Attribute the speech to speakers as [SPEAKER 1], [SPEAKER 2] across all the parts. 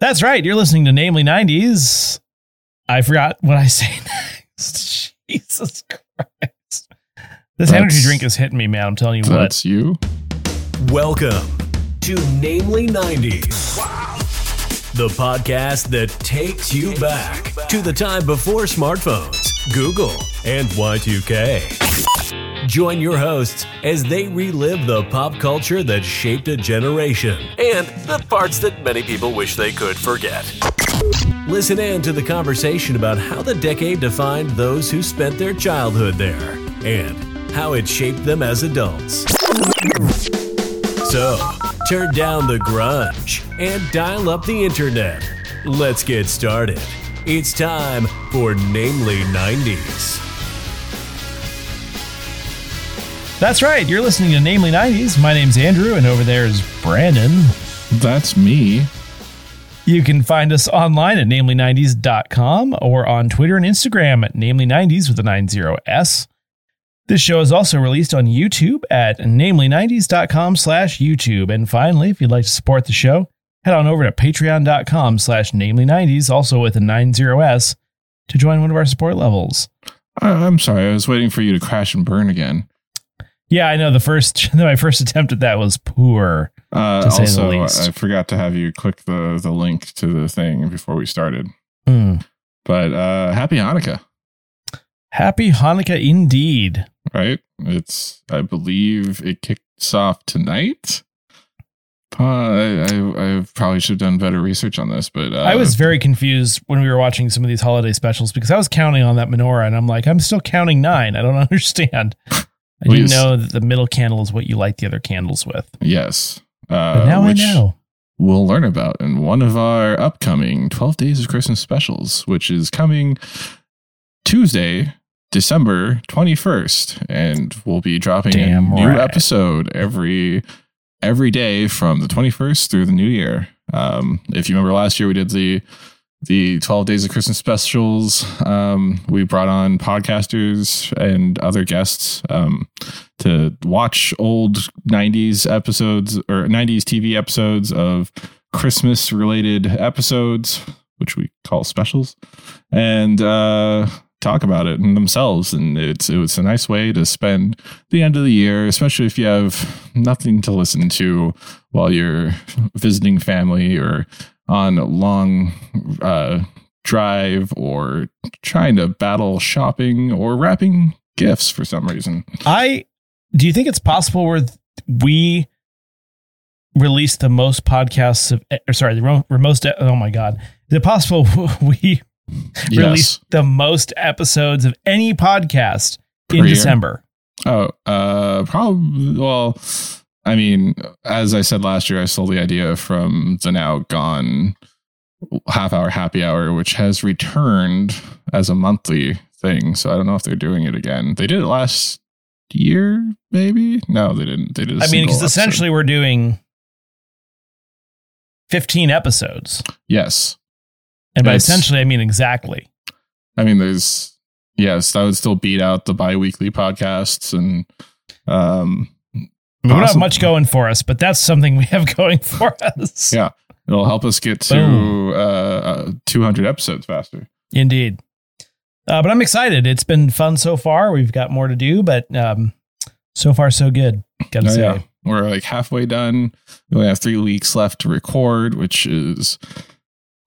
[SPEAKER 1] That's right. You're listening to Namely 90s. I forgot what I say next. Jesus Christ. This
[SPEAKER 2] That's-
[SPEAKER 1] energy drink is hitting me, man. I'm telling you what.
[SPEAKER 2] That's you.
[SPEAKER 3] Welcome to Namely 90s. The podcast that takes you back to the time before smartphones, Google, and Y2K. Join your hosts as they relive the pop culture that shaped a generation and the parts that many people wish they could forget. Listen in to the conversation about how the decade defined those who spent their childhood there and how it shaped them as adults. So, turn down the grunge and dial up the internet. Let's get started. It's time for Namely 90s.
[SPEAKER 1] That's right. You're listening to Namely 90s. My name's Andrew, and over there is Brandon.
[SPEAKER 2] That's me.
[SPEAKER 1] You can find us online at namely90s.com or on Twitter and Instagram at namely90s with a 90s. This show is also released on YouTube at namely90s.com slash YouTube. And finally, if you'd like to support the show, head on over to patreon.com slash namely90s, also with a 90s, to join one of our support levels.
[SPEAKER 2] I, I'm sorry. I was waiting for you to crash and burn again.
[SPEAKER 1] Yeah, I know the first, my first attempt at that was poor.
[SPEAKER 2] Uh,
[SPEAKER 1] To say the
[SPEAKER 2] also,
[SPEAKER 1] least.
[SPEAKER 2] I forgot to have you click the, the link to the thing before we started.
[SPEAKER 1] Hmm.
[SPEAKER 2] But uh, happy Hanukkah,
[SPEAKER 1] Happy Hanukkah indeed.
[SPEAKER 2] right? It's I believe it kicks off tonight. Uh, I, I I probably should have done better research on this, but uh,
[SPEAKER 1] I was very confused when we were watching some of these holiday specials because I was counting on that menorah and I'm like, I'm still counting nine. I don't understand. I
[SPEAKER 2] Well,
[SPEAKER 1] didn't
[SPEAKER 2] yes.
[SPEAKER 1] know that the middle candle is what you light the other candles with.
[SPEAKER 2] yes. Uh,
[SPEAKER 1] But now I
[SPEAKER 2] which
[SPEAKER 1] know.
[SPEAKER 2] We'll learn about in one of our upcoming Twelve Days of Christmas specials, which is coming Tuesday, December twenty first, and we'll be dropping
[SPEAKER 1] Damn
[SPEAKER 2] a new
[SPEAKER 1] right.
[SPEAKER 2] episode every every day from the 21st through the new year. Um, if you remember last year, we did the the 12 days of Christmas specials. Um, we brought on podcasters and other guests um, to watch old 90s episodes or 90s TV episodes of Christmas related episodes, which we call specials, and uh, talk about it and themselves. And it's it's a nice way to spend the end of the year, especially if you have nothing to listen to while you're visiting family or on a long uh, drive or trying to battle shopping or wrapping gifts for some reason.
[SPEAKER 1] I do you think it's possible where th- we released the most podcasts of eh, or sorry, the ro- we're most oh my god. Is it possible we released the most episodes of any podcast in
[SPEAKER 2] Per year.
[SPEAKER 1] December?
[SPEAKER 2] Oh, uh, probably. Well, I mean, as I said last year, I stole the idea from the now gone half hour happy hour, which has returned as a monthly thing. So I don't know if they're doing it again. They did it last year, maybe. No, they didn't. They did. I
[SPEAKER 1] I mean, because essentially we're doing 15 episodes.
[SPEAKER 2] yes.
[SPEAKER 1] And by
[SPEAKER 2] That's-
[SPEAKER 1] essentially, I mean exactly.
[SPEAKER 2] I mean, there's yes, that would still beat out the bi-weekly podcasts and um
[SPEAKER 1] We don't have
[SPEAKER 2] Possible.
[SPEAKER 1] much going for us, but that's something we have going for us.
[SPEAKER 2] Yeah. it'll help us get to
[SPEAKER 1] Boom.
[SPEAKER 2] uh, uh 200 episodes faster.
[SPEAKER 1] Indeed. Uh, but I'm excited. It's been fun so far. We've got more to do, but um, so far, so good. Gotta
[SPEAKER 2] Oh,
[SPEAKER 1] say.
[SPEAKER 2] yeah. We're like halfway done. We only have three weeks left to record, which is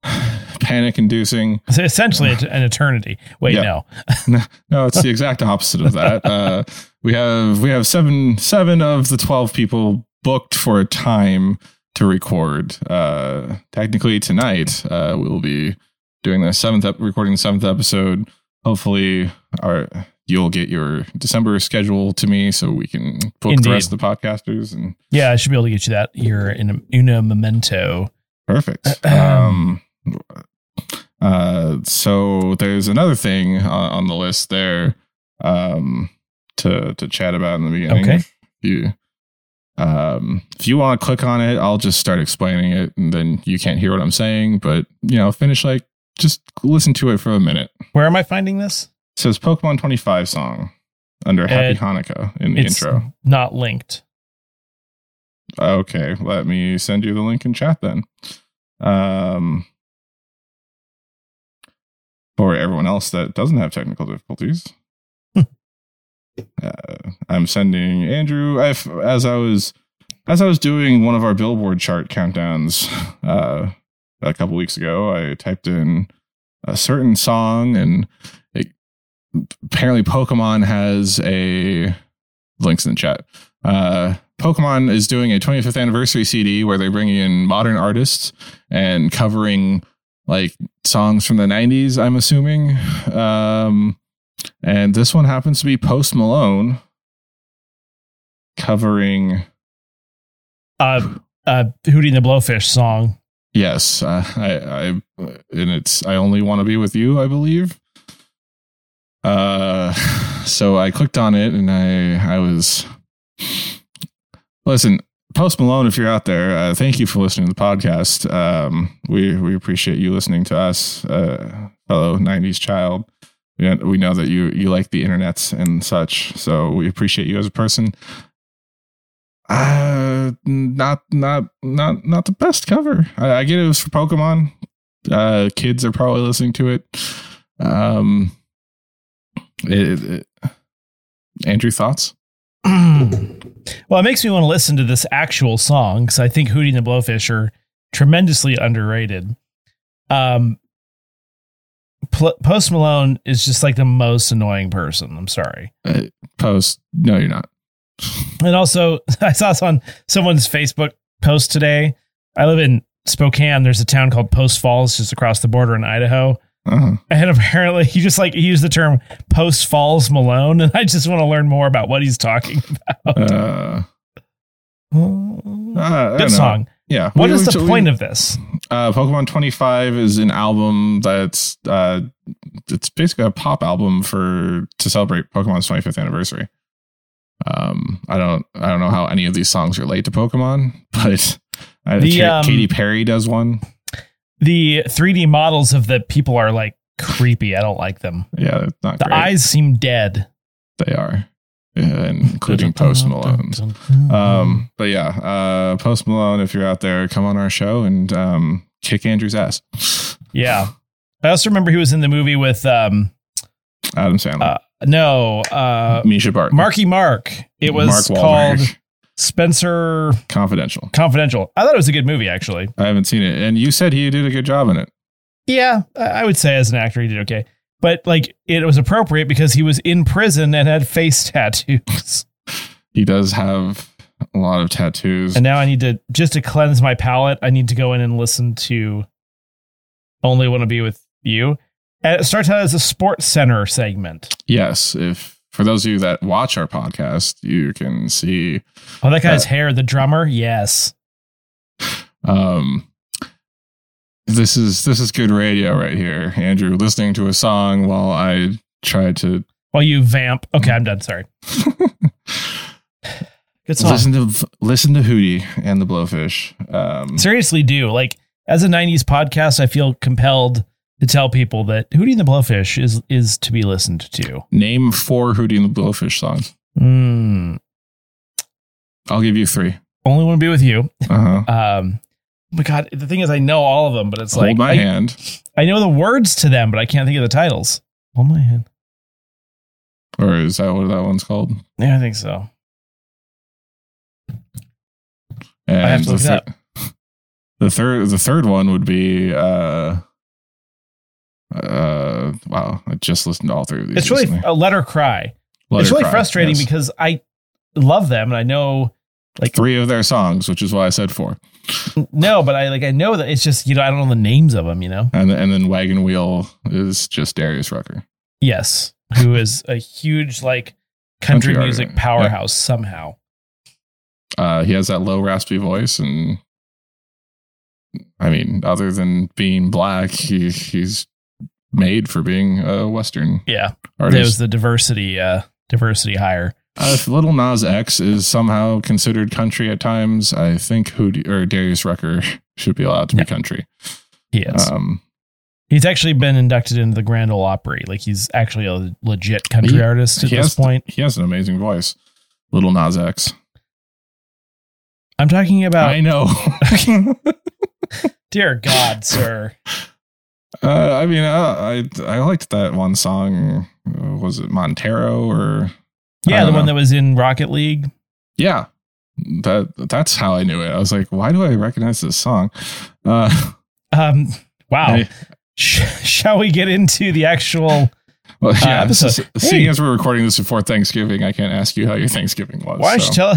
[SPEAKER 2] panic inducing.
[SPEAKER 1] So essentially, et- an eternity. Wait,
[SPEAKER 2] Yeah.
[SPEAKER 1] no.
[SPEAKER 2] No, it's the exact opposite of that. Uh, we have we have seven seven of the twelve people booked for a time to record. Uh, technically tonight, uh, we will be doing the seventh ep- recording the seventh episode. Hopefully, our you'll get your December schedule to me so we can book
[SPEAKER 1] Indeed.
[SPEAKER 2] the rest of the podcasters and
[SPEAKER 1] Yeah, I should be able to get you that here in a, in a memento.
[SPEAKER 2] Perfect. Um, uh, so there's another thing on, on the list there um, to to chat about in the beginning.
[SPEAKER 1] Okay.
[SPEAKER 2] If you, um, if you want to click on it, I'll just start explaining it, and then you can't hear what I'm saying. But you know, finish like just listen to it for a minute. It
[SPEAKER 1] Where am I finding this?
[SPEAKER 2] says Pokemon 25 song under Happy
[SPEAKER 1] Uh,
[SPEAKER 2] Hanukkah in the
[SPEAKER 1] it's
[SPEAKER 2] intro.
[SPEAKER 1] not linked.
[SPEAKER 2] Okay, let me send you the link in chat then. Um, for everyone else that doesn't have technical difficulties, uh, I'm sending Andrew. I, as I was as I was doing one of our Billboard chart countdowns uh, a couple weeks ago, I typed in a certain song, and it, apparently Pokemon has a links in the chat. Uh, Pokemon is doing a 25th anniversary CD where they're bringing in modern artists and covering like songs from the 90s. I'm assuming. Um, and this one happens to be Post Malone covering.
[SPEAKER 1] Uh, uh, Hootie and the Blowfish song.
[SPEAKER 2] Yes, uh, I, I, and it's I only want to be with you. I believe. Uh, so I clicked on it, and I I was listen. Post Malone, if you're out there, uh, thank you for listening to the podcast. Um, we we appreciate you listening to us, uh, fellow '90s child. We we know that you you like the internets and such, so we appreciate you as a person. Uh, not not not not the best cover. I, I get it was for Pokemon. Uh, kids are probably listening to it. Um, it, it, Andrew, thoughts?
[SPEAKER 1] well, it makes me want to listen to this actual song because I think Hootie and the Blowfish are tremendously underrated. Um, Pl- Post Malone is just like the most annoying person. I'm sorry.
[SPEAKER 2] Uh, Post, no, you're not.
[SPEAKER 1] And also, I saw this on someone's Facebook post today. I live in Spokane. There's a town called Post Falls just across the border in Idaho.
[SPEAKER 2] Uh-huh.
[SPEAKER 1] And apparently, he just like he used the term Post Falls Malone. And I just want to learn more about what he's talking about.
[SPEAKER 2] Uh,
[SPEAKER 1] Oh.
[SPEAKER 2] uh, I don't know.
[SPEAKER 1] Good song.
[SPEAKER 2] Yeah.
[SPEAKER 1] What
[SPEAKER 2] We-
[SPEAKER 1] is
[SPEAKER 2] we-
[SPEAKER 1] the
[SPEAKER 2] we-
[SPEAKER 1] point of this?
[SPEAKER 2] uh, Pokemon 25 is an album that's uh, it's basically a pop album for to celebrate Pokemon's 25th anniversary. Um, I don't I don't know how any of these songs relate to Pokemon, but I,
[SPEAKER 1] The,
[SPEAKER 2] Ka-
[SPEAKER 1] um,
[SPEAKER 2] Katy Perry does one.
[SPEAKER 1] The 3D models of the people are like creepy. I don't like them.
[SPEAKER 2] Yeah, it's not
[SPEAKER 1] The
[SPEAKER 2] great.
[SPEAKER 1] eyes seem dead,
[SPEAKER 2] they are, Yeah, and including Post Malone's. Um, but yeah, uh, Post Malone, if you're out there, come on our show and um, kick Andrew's ass.
[SPEAKER 1] yeah. I also remember he was in the movie with um
[SPEAKER 2] Adam Sandler,
[SPEAKER 1] Uh, no uh
[SPEAKER 2] Misha Barton,
[SPEAKER 1] Marky Mark. It was
[SPEAKER 2] Mark Wahlberg,
[SPEAKER 1] called Spencer
[SPEAKER 2] Confidential.
[SPEAKER 1] Confidential. I thought it was a good movie actually.
[SPEAKER 2] I haven't seen it. And you said he did a good job in it.
[SPEAKER 1] Yeah, I I would say as an actor he did okay. But like it was appropriate because he was in prison and had face tattoos.
[SPEAKER 2] He does have a lot of tattoos.
[SPEAKER 1] and now I need to just to cleanse my palate, I need to go in and listen to Only Want to Be with You. And it starts out as a sports center segment.
[SPEAKER 2] yes, if for those of you that watch our podcast, you can see
[SPEAKER 1] Oh, that guy's
[SPEAKER 2] Uh,
[SPEAKER 1] hair, the drummer, yes.
[SPEAKER 2] um this is this is good radio right here. Andrew listening to a song while I try to
[SPEAKER 1] Well, Oh, you vamp. Okay, I'm done. Sorry. Good song.
[SPEAKER 2] listen to listen to Hootie and the Blowfish. Um
[SPEAKER 1] seriously do like as a 90s podcast i feel compelled to tell people that hootie and the blowfish is is to be listened to
[SPEAKER 2] name four Hootie and the Blowfish songs.
[SPEAKER 1] mm.
[SPEAKER 2] I'll give you three.
[SPEAKER 1] only want to be with you
[SPEAKER 2] Uh-huh.
[SPEAKER 1] um oh my god the thing is i know all of them but it's
[SPEAKER 2] Hold
[SPEAKER 1] like
[SPEAKER 2] my
[SPEAKER 1] I,
[SPEAKER 2] hand.
[SPEAKER 1] I know the words to them but i can't think of the titles hold my hand
[SPEAKER 2] Or is that what that one's called?
[SPEAKER 1] yeah i think so
[SPEAKER 2] And
[SPEAKER 1] have to
[SPEAKER 2] the,
[SPEAKER 1] look it up.
[SPEAKER 2] the third, the third one would be. uh uh wow i just listened to all three of these
[SPEAKER 1] it's really
[SPEAKER 2] recently.
[SPEAKER 1] a letter cry
[SPEAKER 2] Letter
[SPEAKER 1] it's really
[SPEAKER 2] Cry,
[SPEAKER 1] frustrating
[SPEAKER 2] yes.
[SPEAKER 1] because i love them and i know like
[SPEAKER 2] three of their songs which is why i said four
[SPEAKER 1] no but i like i know that it's just you know i don't know the names of them you know
[SPEAKER 2] and and then wagon wheel is just darius rucker
[SPEAKER 1] Yes, who is a huge like country,
[SPEAKER 2] Country artist,
[SPEAKER 1] music
[SPEAKER 2] yeah.
[SPEAKER 1] powerhouse somehow.
[SPEAKER 2] uh he has that low raspy voice and i mean other than being black he he's made for being a western
[SPEAKER 1] Yeah,
[SPEAKER 2] artist
[SPEAKER 1] there was the diversity uh diversity hire.
[SPEAKER 2] Uh, if Little Nas X is somehow considered country at times, I think Hootie or Darius Rucker should be allowed to
[SPEAKER 1] Yeah.
[SPEAKER 2] be country.
[SPEAKER 1] He is.
[SPEAKER 2] Um,
[SPEAKER 1] he's actually been inducted into the Grand Ole Opry. Like he's actually a legit country
[SPEAKER 2] He-
[SPEAKER 1] artist at
[SPEAKER 2] he
[SPEAKER 1] this
[SPEAKER 2] has-
[SPEAKER 1] point.
[SPEAKER 2] he has an amazing voice. Little Nas X.
[SPEAKER 1] I'm talking about
[SPEAKER 2] I know.
[SPEAKER 1] Dear God, sir.
[SPEAKER 2] Uh, I mean, I, I I liked that one song. Uh, Was it Montero or? I
[SPEAKER 1] Yeah,
[SPEAKER 2] don't
[SPEAKER 1] the one
[SPEAKER 2] know.
[SPEAKER 1] that was in Rocket League.
[SPEAKER 2] Yeah, that that's how I knew it. I was like, why do I recognize this song? Uh,
[SPEAKER 1] Um, wow.
[SPEAKER 2] I-
[SPEAKER 1] Sh- shall we get into the actual?
[SPEAKER 2] well, yeah. this is-
[SPEAKER 1] episode.
[SPEAKER 2] Seeing
[SPEAKER 1] Uh, Hey.
[SPEAKER 2] as we're recording this before Thanksgiving, I can't ask you how your Thanksgiving was.
[SPEAKER 1] Why don't you
[SPEAKER 2] so.
[SPEAKER 1] tell?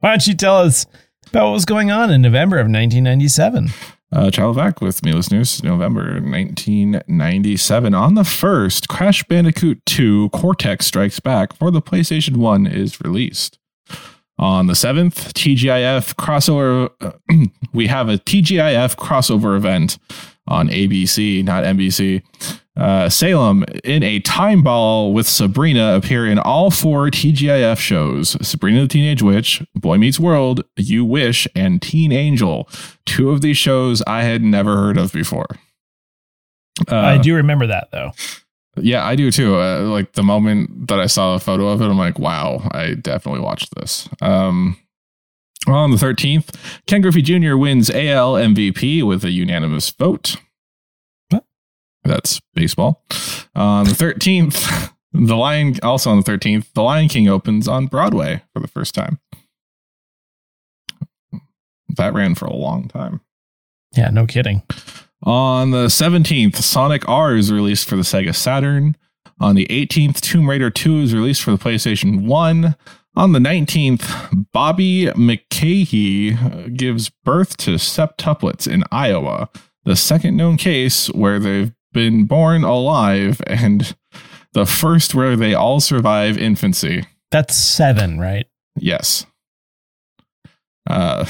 [SPEAKER 1] Why don't you tell us about what was going on in November of 1997?
[SPEAKER 2] Uh, travel back with me, listeners, November 1997. On the first, Crash Bandicoot 2 Cortex Strikes Back for the PlayStation 1 is released. On the 7th, TGIF crossover. we have a TGIF crossover event on ABC, not NBC. Uh, Salem, in a time ball with Sabrina, appear in all four TGIF shows Sabrina the Teenage Witch, Boy Meets World, You Wish, and Teen Angel. Two of these shows I had never heard of before. Uh,
[SPEAKER 1] I do remember that though.
[SPEAKER 2] Yeah, I do too. Uh, like the moment that I saw a photo of it, I'm like, wow, I definitely watched this. Um, on the 13th, Ken Griffey Jr. wins AL MVP with a unanimous vote.
[SPEAKER 1] What?
[SPEAKER 2] That's baseball. On the 13th, the Lion, also on the 13th, The Lion King opens on Broadway for the first time. That ran for a long time.
[SPEAKER 1] Yeah, no kidding.
[SPEAKER 2] On the 17th, Sonic R is released for the Sega Saturn. On the 18th, Tomb Raider 2 is released for the PlayStation 1. On the 19th, Bobby McCahey uh, gives birth to septuplets in Iowa, the second known case where they've been born alive and the first where they all survive infancy.
[SPEAKER 1] That's seven, right?
[SPEAKER 2] Yes. Uh,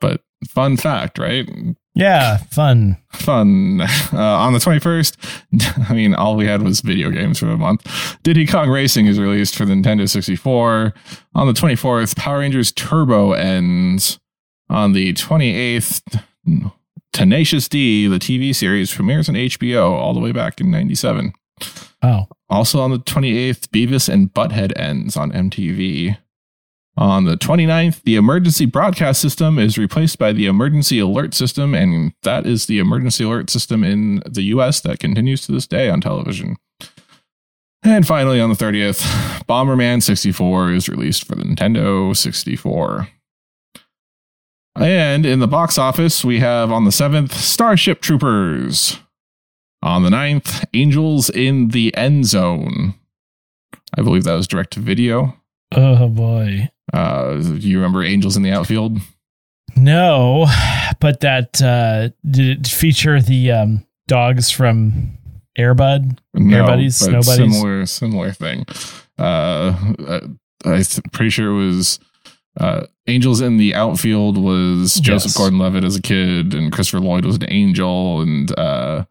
[SPEAKER 2] but fun fact, right?
[SPEAKER 1] Yeah, fun.
[SPEAKER 2] fun. Uh, on the 21st, I mean, all we had was video games for a month. Diddy Kong Racing is released for the Nintendo 64. On the 24th, Power Rangers Turbo ends. On the 28th, Tenacious D, the TV series, premieres on HBO all the way back in 97.
[SPEAKER 1] Oh,
[SPEAKER 2] Also on the 28th, Beavis and Butthead ends on MTV. On the 29th, the emergency broadcast system is replaced by the emergency alert system, and that is the emergency alert system in the US that continues to this day on television. And finally, on the 30th, Bomberman 64 is released for the Nintendo 64. And in the box office, we have on the 7th, Starship Troopers. On the 9th, Angels in the End Zone. I believe that was direct to video.
[SPEAKER 1] oh boy.
[SPEAKER 2] Uh, do you remember Angels in the Outfield?
[SPEAKER 1] No, but that uh, did it feature the um, dogs from Airbud? Air buddies,
[SPEAKER 2] but
[SPEAKER 1] snow buddies?
[SPEAKER 2] Similar, similar thing. Uh, I'm pretty sure it was uh, Angels in the Outfield was Joseph
[SPEAKER 1] Yes.
[SPEAKER 2] Gordon-Levitt as a kid, and Christopher Lloyd was an angel, and uh,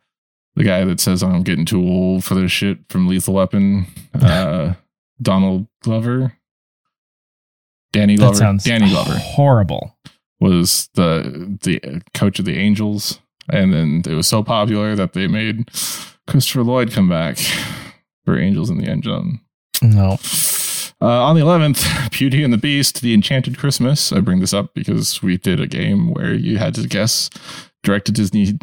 [SPEAKER 2] the guy that says I'm getting too old for this shit from Lethal Weapon, uh, Donald Glover, Danny Glover,
[SPEAKER 1] That sounds
[SPEAKER 2] Danny Glover
[SPEAKER 1] horrible.
[SPEAKER 2] was the the coach of the Angels, and then it was so popular that they made Christopher Lloyd come back for Angels in the End Zone.
[SPEAKER 1] No.
[SPEAKER 2] Uh, on the 11th, Beauty and the Beast, The Enchanted Christmas. I bring this up because we did a game where you had to guess direct to Disney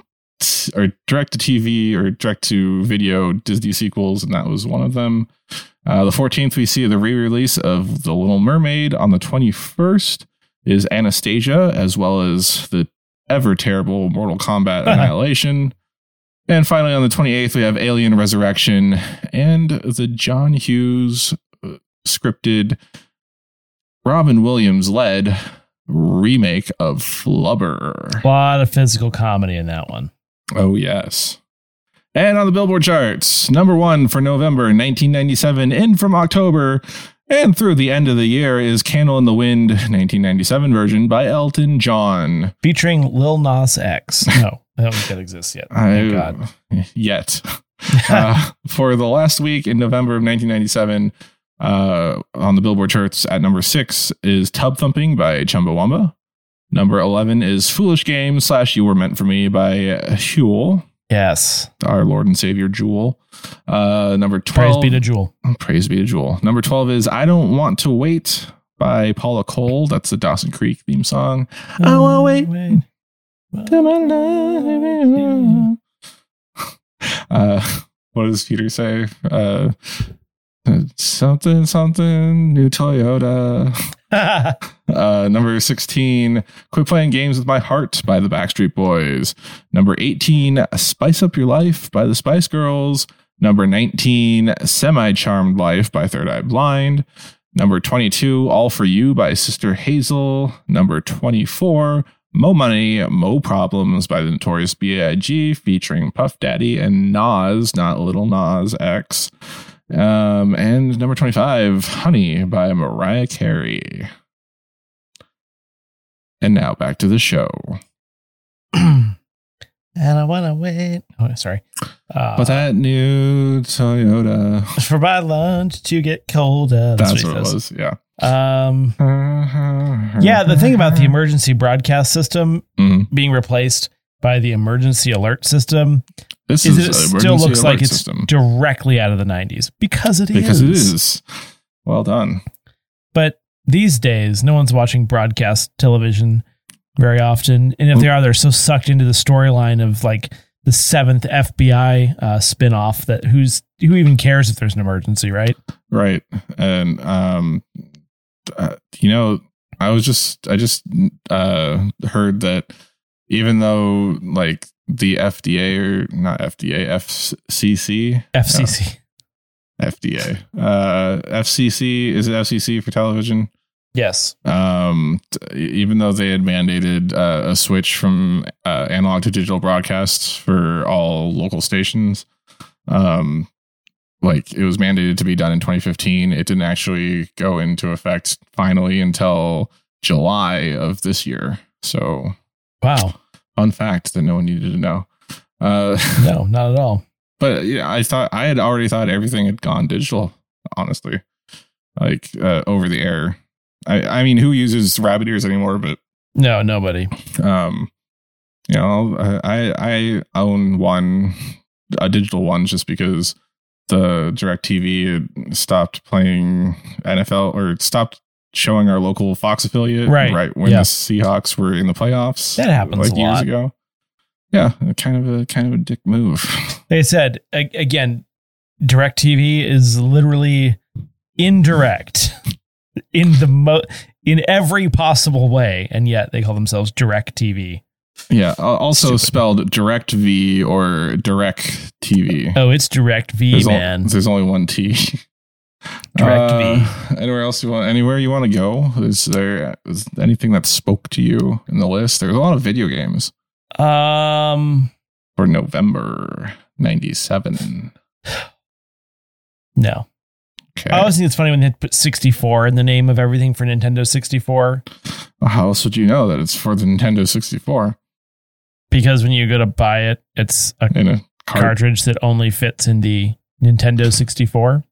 [SPEAKER 2] or direct to TV or direct to video Disney sequels, and that was one of them. Uh, the 14th, we see the re release of The Little Mermaid. On the 21st is Anastasia, as well as the ever terrible Mortal Kombat Annihilation. And finally, on the 28th, we have Alien Resurrection and the John Hughes scripted Robin Williams led remake of Flubber.
[SPEAKER 1] A lot of physical comedy in that one.
[SPEAKER 2] Oh, yes. And on the Billboard charts, number one for November 1997, in from October and through the end of the year is Candle in the Wind 1997 version by Elton John.
[SPEAKER 1] Featuring Lil Nas X. No, I don't think that exists yet.
[SPEAKER 2] I-
[SPEAKER 1] Thank God.
[SPEAKER 2] Yet. uh, for the last week in November of 1997, uh, on the Billboard charts at number six is Tub Thumping by Chumbawamba. Number 11 is Foolish Game slash You Were Meant for Me by uh, Huel,
[SPEAKER 1] Yes.
[SPEAKER 2] our Lord and Savior Jewel. Uh, number 12.
[SPEAKER 1] Praise be to Jewel.
[SPEAKER 2] Praise be to Jewel. Number 12 is I Don't Want to Wait by Paula Cole. That's the Dawson Creek theme song. I Won't Wait. Uh, what does Peter say? Uh, something, something, new Toyota. Uh, number 16, Quit Playing Games with My Heart by the Backstreet Boys. Number 18, Spice Up Your Life by the Spice Girls. Number 19, Semi Charmed Life by Third Eye Blind. Number 22, All for You by Sister Hazel. Number 24, Mo Money, Mo Problems by the Notorious B.I.G. featuring Puff Daddy and Nas, not Little Nas X. Um, and number 25, Honey by Mariah Carey. And now back to the show.
[SPEAKER 1] and I wanna wait. Oh, sorry. Uh,
[SPEAKER 2] but that new Toyota.
[SPEAKER 1] for my lunch to get colder.
[SPEAKER 2] That's
[SPEAKER 1] he
[SPEAKER 2] what it
[SPEAKER 1] says.
[SPEAKER 2] was. Yeah.
[SPEAKER 1] Um, yeah, the thing about the emergency broadcast system
[SPEAKER 2] Mhm.
[SPEAKER 1] being replaced by the emergency alert system
[SPEAKER 2] This
[SPEAKER 1] is,
[SPEAKER 2] is,
[SPEAKER 1] it
[SPEAKER 2] an
[SPEAKER 1] still
[SPEAKER 2] emergency
[SPEAKER 1] looks like
[SPEAKER 2] alert
[SPEAKER 1] it's
[SPEAKER 2] system.
[SPEAKER 1] directly out of the 90s because it is.
[SPEAKER 2] because it is. Well done.
[SPEAKER 1] But these days, no one's watching broadcast television very often. And if they are, they're so sucked into the storyline of like the seventh FBI uh, spinoff that who's who even cares if there's an emergency, right?
[SPEAKER 2] Right. And um uh, you know, I was just I just uh heard that even though like the FDA or not FDA FCC
[SPEAKER 1] FCC.
[SPEAKER 2] FDA uh FCC is it FCC for television
[SPEAKER 1] Yes.
[SPEAKER 2] um t- even though they had mandated uh, a switch from uh, analog to digital broadcasts for all local stations um like it was mandated to be done in 2015 it didn't actually go into effect finally until july of this year so
[SPEAKER 1] Wow.
[SPEAKER 2] fun fact that no one needed to know uh
[SPEAKER 1] No, not at all.
[SPEAKER 2] but yeah i thought i had already thought everything had gone digital honestly like uh, over the air I, I mean who uses rabbit ears anymore but
[SPEAKER 1] No, nobody.
[SPEAKER 2] um you know i i own one a digital one just because the direct tv stopped playing nfl or it stopped showing our local fox affiliate
[SPEAKER 1] Right.
[SPEAKER 2] right when
[SPEAKER 1] Yeah.
[SPEAKER 2] the seahawks were in the playoffs
[SPEAKER 1] That happens a lot.
[SPEAKER 2] ago yeah kind of a kind of a dick move
[SPEAKER 1] They said a- again, DirecTV is literally indirect in the mo- in every possible way, and yet they call themselves DirecTV.
[SPEAKER 2] yeah al- also
[SPEAKER 1] Stupid.
[SPEAKER 2] spelled direct v or direct tv
[SPEAKER 1] Oh, it's Direct V,
[SPEAKER 2] There's, al-
[SPEAKER 1] man.
[SPEAKER 2] there's only one T. Uh,
[SPEAKER 1] Direct V.
[SPEAKER 2] Anywhere else you want? Anywhere you want to go? Is there is anything that spoke to you in the list? There's a lot of video games
[SPEAKER 1] Um,
[SPEAKER 2] for November '97.
[SPEAKER 1] no.
[SPEAKER 2] Okay.
[SPEAKER 1] I always think it's funny when they put 64 in the name of everything for Nintendo 64
[SPEAKER 2] How else would you know that it's for the Nintendo 64
[SPEAKER 1] because when you go to buy it, it's a
[SPEAKER 2] in a cart?
[SPEAKER 1] cartridge that only fits in the Nintendo 64.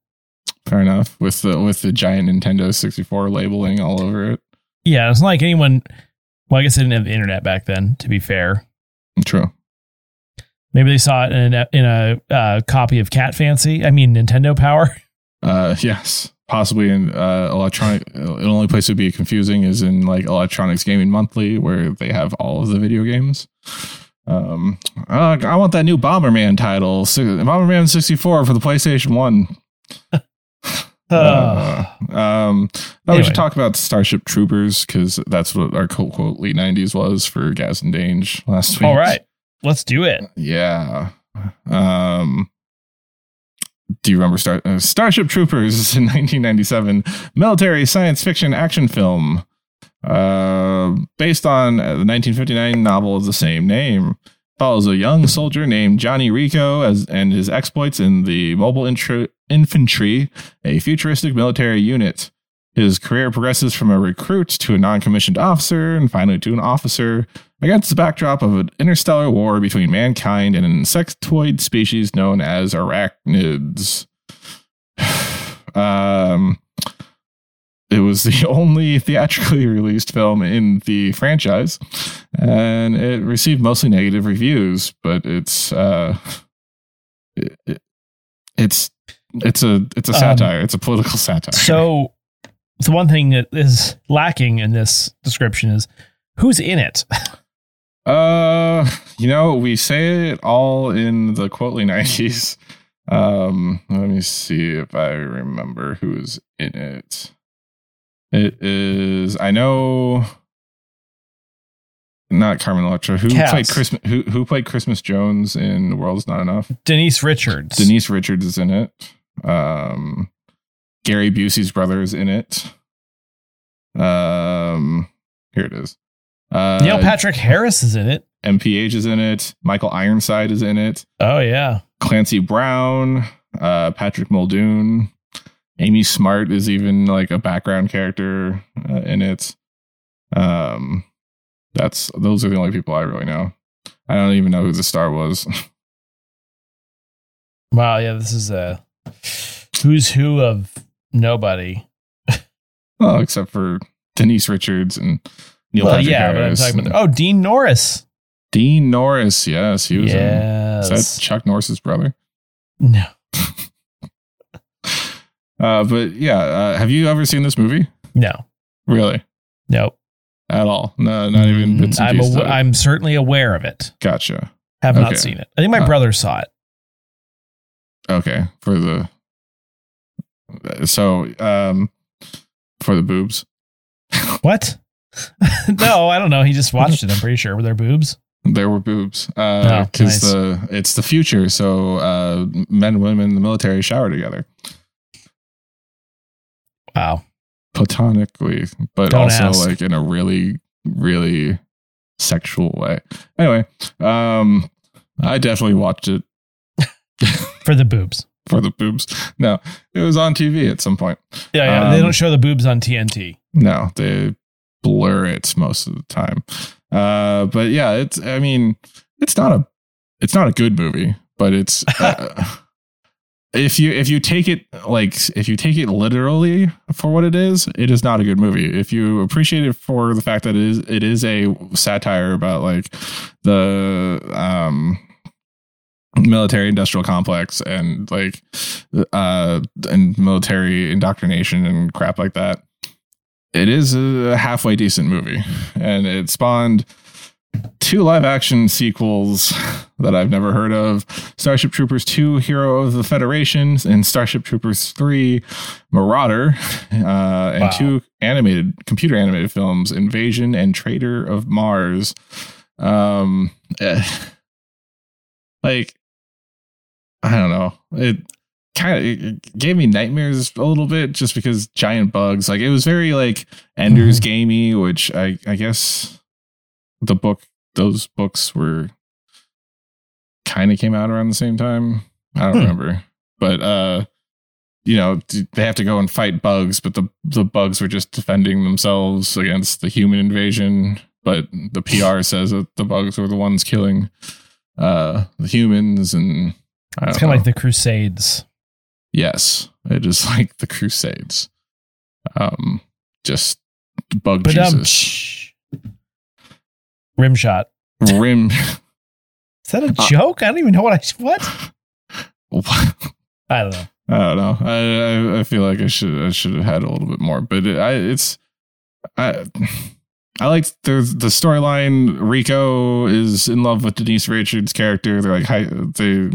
[SPEAKER 2] Fair enough. With the with the giant Nintendo 64 labeling all over it.
[SPEAKER 1] Yeah, it's not like anyone. Well, I guess they didn't have the internet back then. To be fair,
[SPEAKER 2] True.
[SPEAKER 1] maybe they saw it in a, in a uh, copy of Cat Fancy. I mean, Nintendo Power.
[SPEAKER 2] Uh, yes. Possibly in uh, electronic. The only place it would be confusing is in like Electronics Gaming Monthly, where they have all of the video games. Um, uh, I want that new Bomberman title, si- Bomberman sixty four for the PlayStation One.
[SPEAKER 1] Uh,
[SPEAKER 2] Uh, um, now we
[SPEAKER 1] Anyway.
[SPEAKER 2] should talk about Starship Troopers because that's what our quote quote late nineties was for Gaz and Dange last week.
[SPEAKER 1] all right, let's do it.
[SPEAKER 2] Yeah. Um do you remember Star uh, Starship Troopers in 1997 military science fiction action film uh based on uh, the 1959 novel of the same name follows a young soldier named Johnny Rico as and his exploits in the mobile intro, infantry a futuristic military unit his career progresses from a recruit to a non-commissioned officer and finally to an officer against the backdrop of an interstellar war between mankind and an insectoid species known as arachnids. um, it was the only theatrically released film in the franchise, and it received mostly negative reviews. But it's uh, it- it- it's it's a it's a
[SPEAKER 1] Um,
[SPEAKER 2] satire. it's a political satire.
[SPEAKER 1] So, the one thing that is lacking in this description is who's in it.
[SPEAKER 2] Uh, you know, we say it all in the Quotely 90s. Um, let me see if I remember who's in it. It is I know not Carmen Electra. Who
[SPEAKER 1] Cass.
[SPEAKER 2] played Christmas who who played Christmas Jones in The World Is Not Enough?
[SPEAKER 1] Denise Richards.
[SPEAKER 2] Denise Richards is in it. Um, Gary Busey's brother is in it. Um, here it is. Uh,
[SPEAKER 1] Neil Patrick Harris is in it.
[SPEAKER 2] MPH is in it. Michael Ironside is in it.
[SPEAKER 1] Oh yeah.
[SPEAKER 2] Clancy Brown, uh, Patrick Muldoon, Amy Smart is even like a background character uh, in it. Um, that's those are the only people I really know. I don't even know who the star was.
[SPEAKER 1] Wow. Yeah. This is a who's who of nobody.
[SPEAKER 2] Well, except for Denise Richards and Neil
[SPEAKER 1] well,
[SPEAKER 2] Patrick
[SPEAKER 1] yeah.
[SPEAKER 2] Harris.
[SPEAKER 1] But I'm talking
[SPEAKER 2] and
[SPEAKER 1] about. Oh, Dean Norris.
[SPEAKER 2] Dean Norris, yes, he was. in-
[SPEAKER 1] Yes.
[SPEAKER 2] is that Chuck Norris's brother?
[SPEAKER 1] no.
[SPEAKER 2] Uh, but yeah, uh, have you ever seen this movie?
[SPEAKER 1] No.
[SPEAKER 2] Really,
[SPEAKER 1] Nope.
[SPEAKER 2] at all? No, not even. Bits and
[SPEAKER 1] Mm, I'm
[SPEAKER 2] pieces
[SPEAKER 1] aw-
[SPEAKER 2] of it.
[SPEAKER 1] I'm certainly aware of it.
[SPEAKER 2] gotcha.
[SPEAKER 1] Have not
[SPEAKER 2] Okay.
[SPEAKER 1] seen it. I think my
[SPEAKER 2] Uh,
[SPEAKER 1] brother saw it.
[SPEAKER 2] Okay, for the so um for the boobs.
[SPEAKER 1] What? no, I don't know. He just watched it. I'm pretty sure. Were there boobs?
[SPEAKER 2] There were boobs because
[SPEAKER 1] Oh, nice.
[SPEAKER 2] the it's the future. So uh, men and women in the military shower together
[SPEAKER 1] Wow.
[SPEAKER 2] platonically, but
[SPEAKER 1] Don't
[SPEAKER 2] also
[SPEAKER 1] ask.
[SPEAKER 2] like in a really really sexual way. Anyway, um, I definitely watched it
[SPEAKER 1] For the boobs.
[SPEAKER 2] for the boobs. No, it was on TV at some point.
[SPEAKER 1] Yeah, yeah. they
[SPEAKER 2] Um,
[SPEAKER 1] don't show the boobs on TNT.
[SPEAKER 2] No, they blur it most of the time. Uh, but yeah, it's. I mean, it's not a. It's not a good movie, but it's. Uh, if you if you take it like if you take it literally for what it is, it is not a good movie. If you appreciate it for the fact that it is it is a satire about like the um military industrial complex and like uh and military indoctrination and crap like that it is a halfway decent movie and it spawned two live action sequels that i've never heard of starship troopers 2 hero of the federation and starship troopers 3 marauder uh, and
[SPEAKER 1] Wow.
[SPEAKER 2] two animated computer animated films invasion and traitor of mars um eh. like i don't know it kind of it- it gave me nightmares a little bit just because giant bugs like it was very like ender's gamey which i i guess the book those books were kind of came out around the same time i don't
[SPEAKER 1] Hmm.
[SPEAKER 2] remember but uh you know d- they have to go and fight bugs but the the bugs were just defending themselves against the human invasion but the pr says that the bugs were the ones killing uh the humans and I
[SPEAKER 1] It's
[SPEAKER 2] don't
[SPEAKER 1] kind
[SPEAKER 2] know.
[SPEAKER 1] of like the Crusades.
[SPEAKER 2] Yes, it is like the Crusades. Um, just bug
[SPEAKER 1] But um,
[SPEAKER 2] Jesus
[SPEAKER 1] rim shot.
[SPEAKER 2] rim.
[SPEAKER 1] Is that a
[SPEAKER 2] Uh,
[SPEAKER 1] joke? I don't even know what I what.
[SPEAKER 2] I
[SPEAKER 1] I don't know.
[SPEAKER 2] don't know. I, I I feel like I should I should have had a little bit more, but it, I it's I I like the the storyline. Rico is in love with Denise Richards' character. They're like high they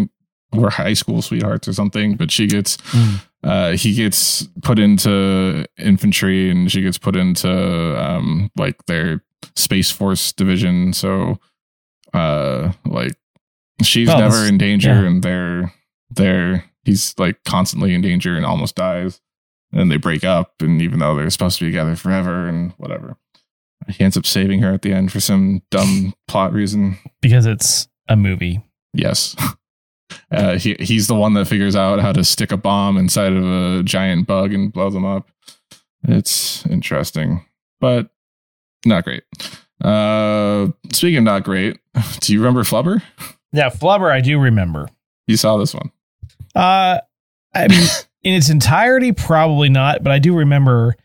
[SPEAKER 2] were high school sweethearts or something, but she gets
[SPEAKER 1] Mm.
[SPEAKER 2] uh, he gets put into infantry and she gets put into um, like their space force division. So, uh, like she's
[SPEAKER 1] Oh,
[SPEAKER 2] never
[SPEAKER 1] this-
[SPEAKER 2] in danger,
[SPEAKER 1] yeah.
[SPEAKER 2] and they're they're he's like constantly in danger and almost dies. And they break up, and even though they're supposed to be together forever and whatever, he ends up saving her at the end for some dumb plot reason.
[SPEAKER 1] Because it's a movie.
[SPEAKER 2] Yes. Uh, he he's the one that figures out how to stick a bomb inside of a giant bug and blow them up. It's interesting, but not great. Uh, speaking of not great, do you remember Flubber?
[SPEAKER 1] Yeah, Flubber. I do remember.
[SPEAKER 2] You saw this one.
[SPEAKER 1] Uh, I mean, in its entirety, probably not. But I do remember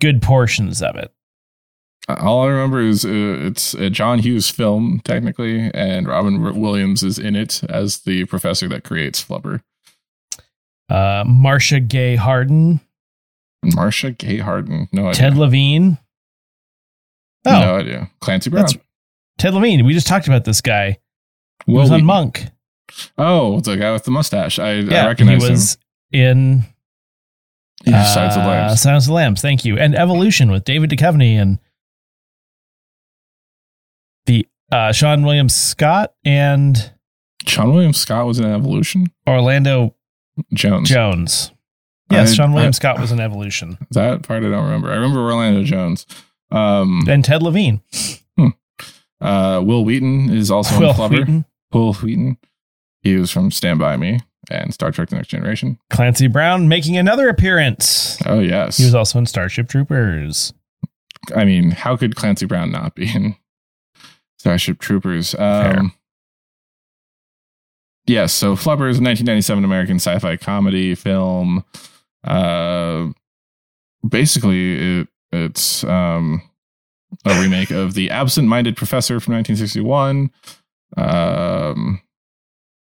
[SPEAKER 1] good portions of it.
[SPEAKER 2] All I remember is uh, it's a John Hughes film, technically, and Robin Williams is in it as the professor that creates Flubber.
[SPEAKER 1] Uh, Marcia Gay Harden,
[SPEAKER 2] Marcia Gay Harden. No idea.
[SPEAKER 1] Ted Levine. Oh,
[SPEAKER 2] no idea. Clancy Brown.
[SPEAKER 1] That's- Ted Levine. We just talked about this guy. He
[SPEAKER 2] Well,
[SPEAKER 1] was on
[SPEAKER 2] we-
[SPEAKER 1] Monk.
[SPEAKER 2] Oh, the guy with the mustache. I, I
[SPEAKER 1] Yeah, he
[SPEAKER 2] recognize
[SPEAKER 1] was in
[SPEAKER 2] him. He decides
[SPEAKER 1] uh,
[SPEAKER 2] the lives.
[SPEAKER 1] Silence of the Lambs. Thank you. And Evolution with David Duchovny and the uh, Sean William Scott and
[SPEAKER 2] Sean William Scott was in Evolution.
[SPEAKER 1] Orlando
[SPEAKER 2] Jones.
[SPEAKER 1] Jones. Yes,
[SPEAKER 2] I-
[SPEAKER 1] Sean William
[SPEAKER 2] I-
[SPEAKER 1] Scott was in Evolution
[SPEAKER 2] That part I don't remember. I remember Orlando Jones. Um,
[SPEAKER 1] and Ted Levine.
[SPEAKER 2] uh, Will Wheaton is also
[SPEAKER 1] Will
[SPEAKER 2] in Flubber.
[SPEAKER 1] Wheaton,
[SPEAKER 2] Will Wheaton. He was from Stand By Me and Star Trek The Next Generation.
[SPEAKER 1] Clancy Brown making another appearance.
[SPEAKER 2] Oh, yes.
[SPEAKER 1] He was also in Starship Troopers.
[SPEAKER 2] I mean, how could Clancy Brown not be in Starship Troopers?
[SPEAKER 1] Fair.
[SPEAKER 2] Um, yes, so Flubber is a 1997 American sci fi comedy film. Uh, basically, it, it's um, a remake of The Absent Minded Professor from 1961. Um,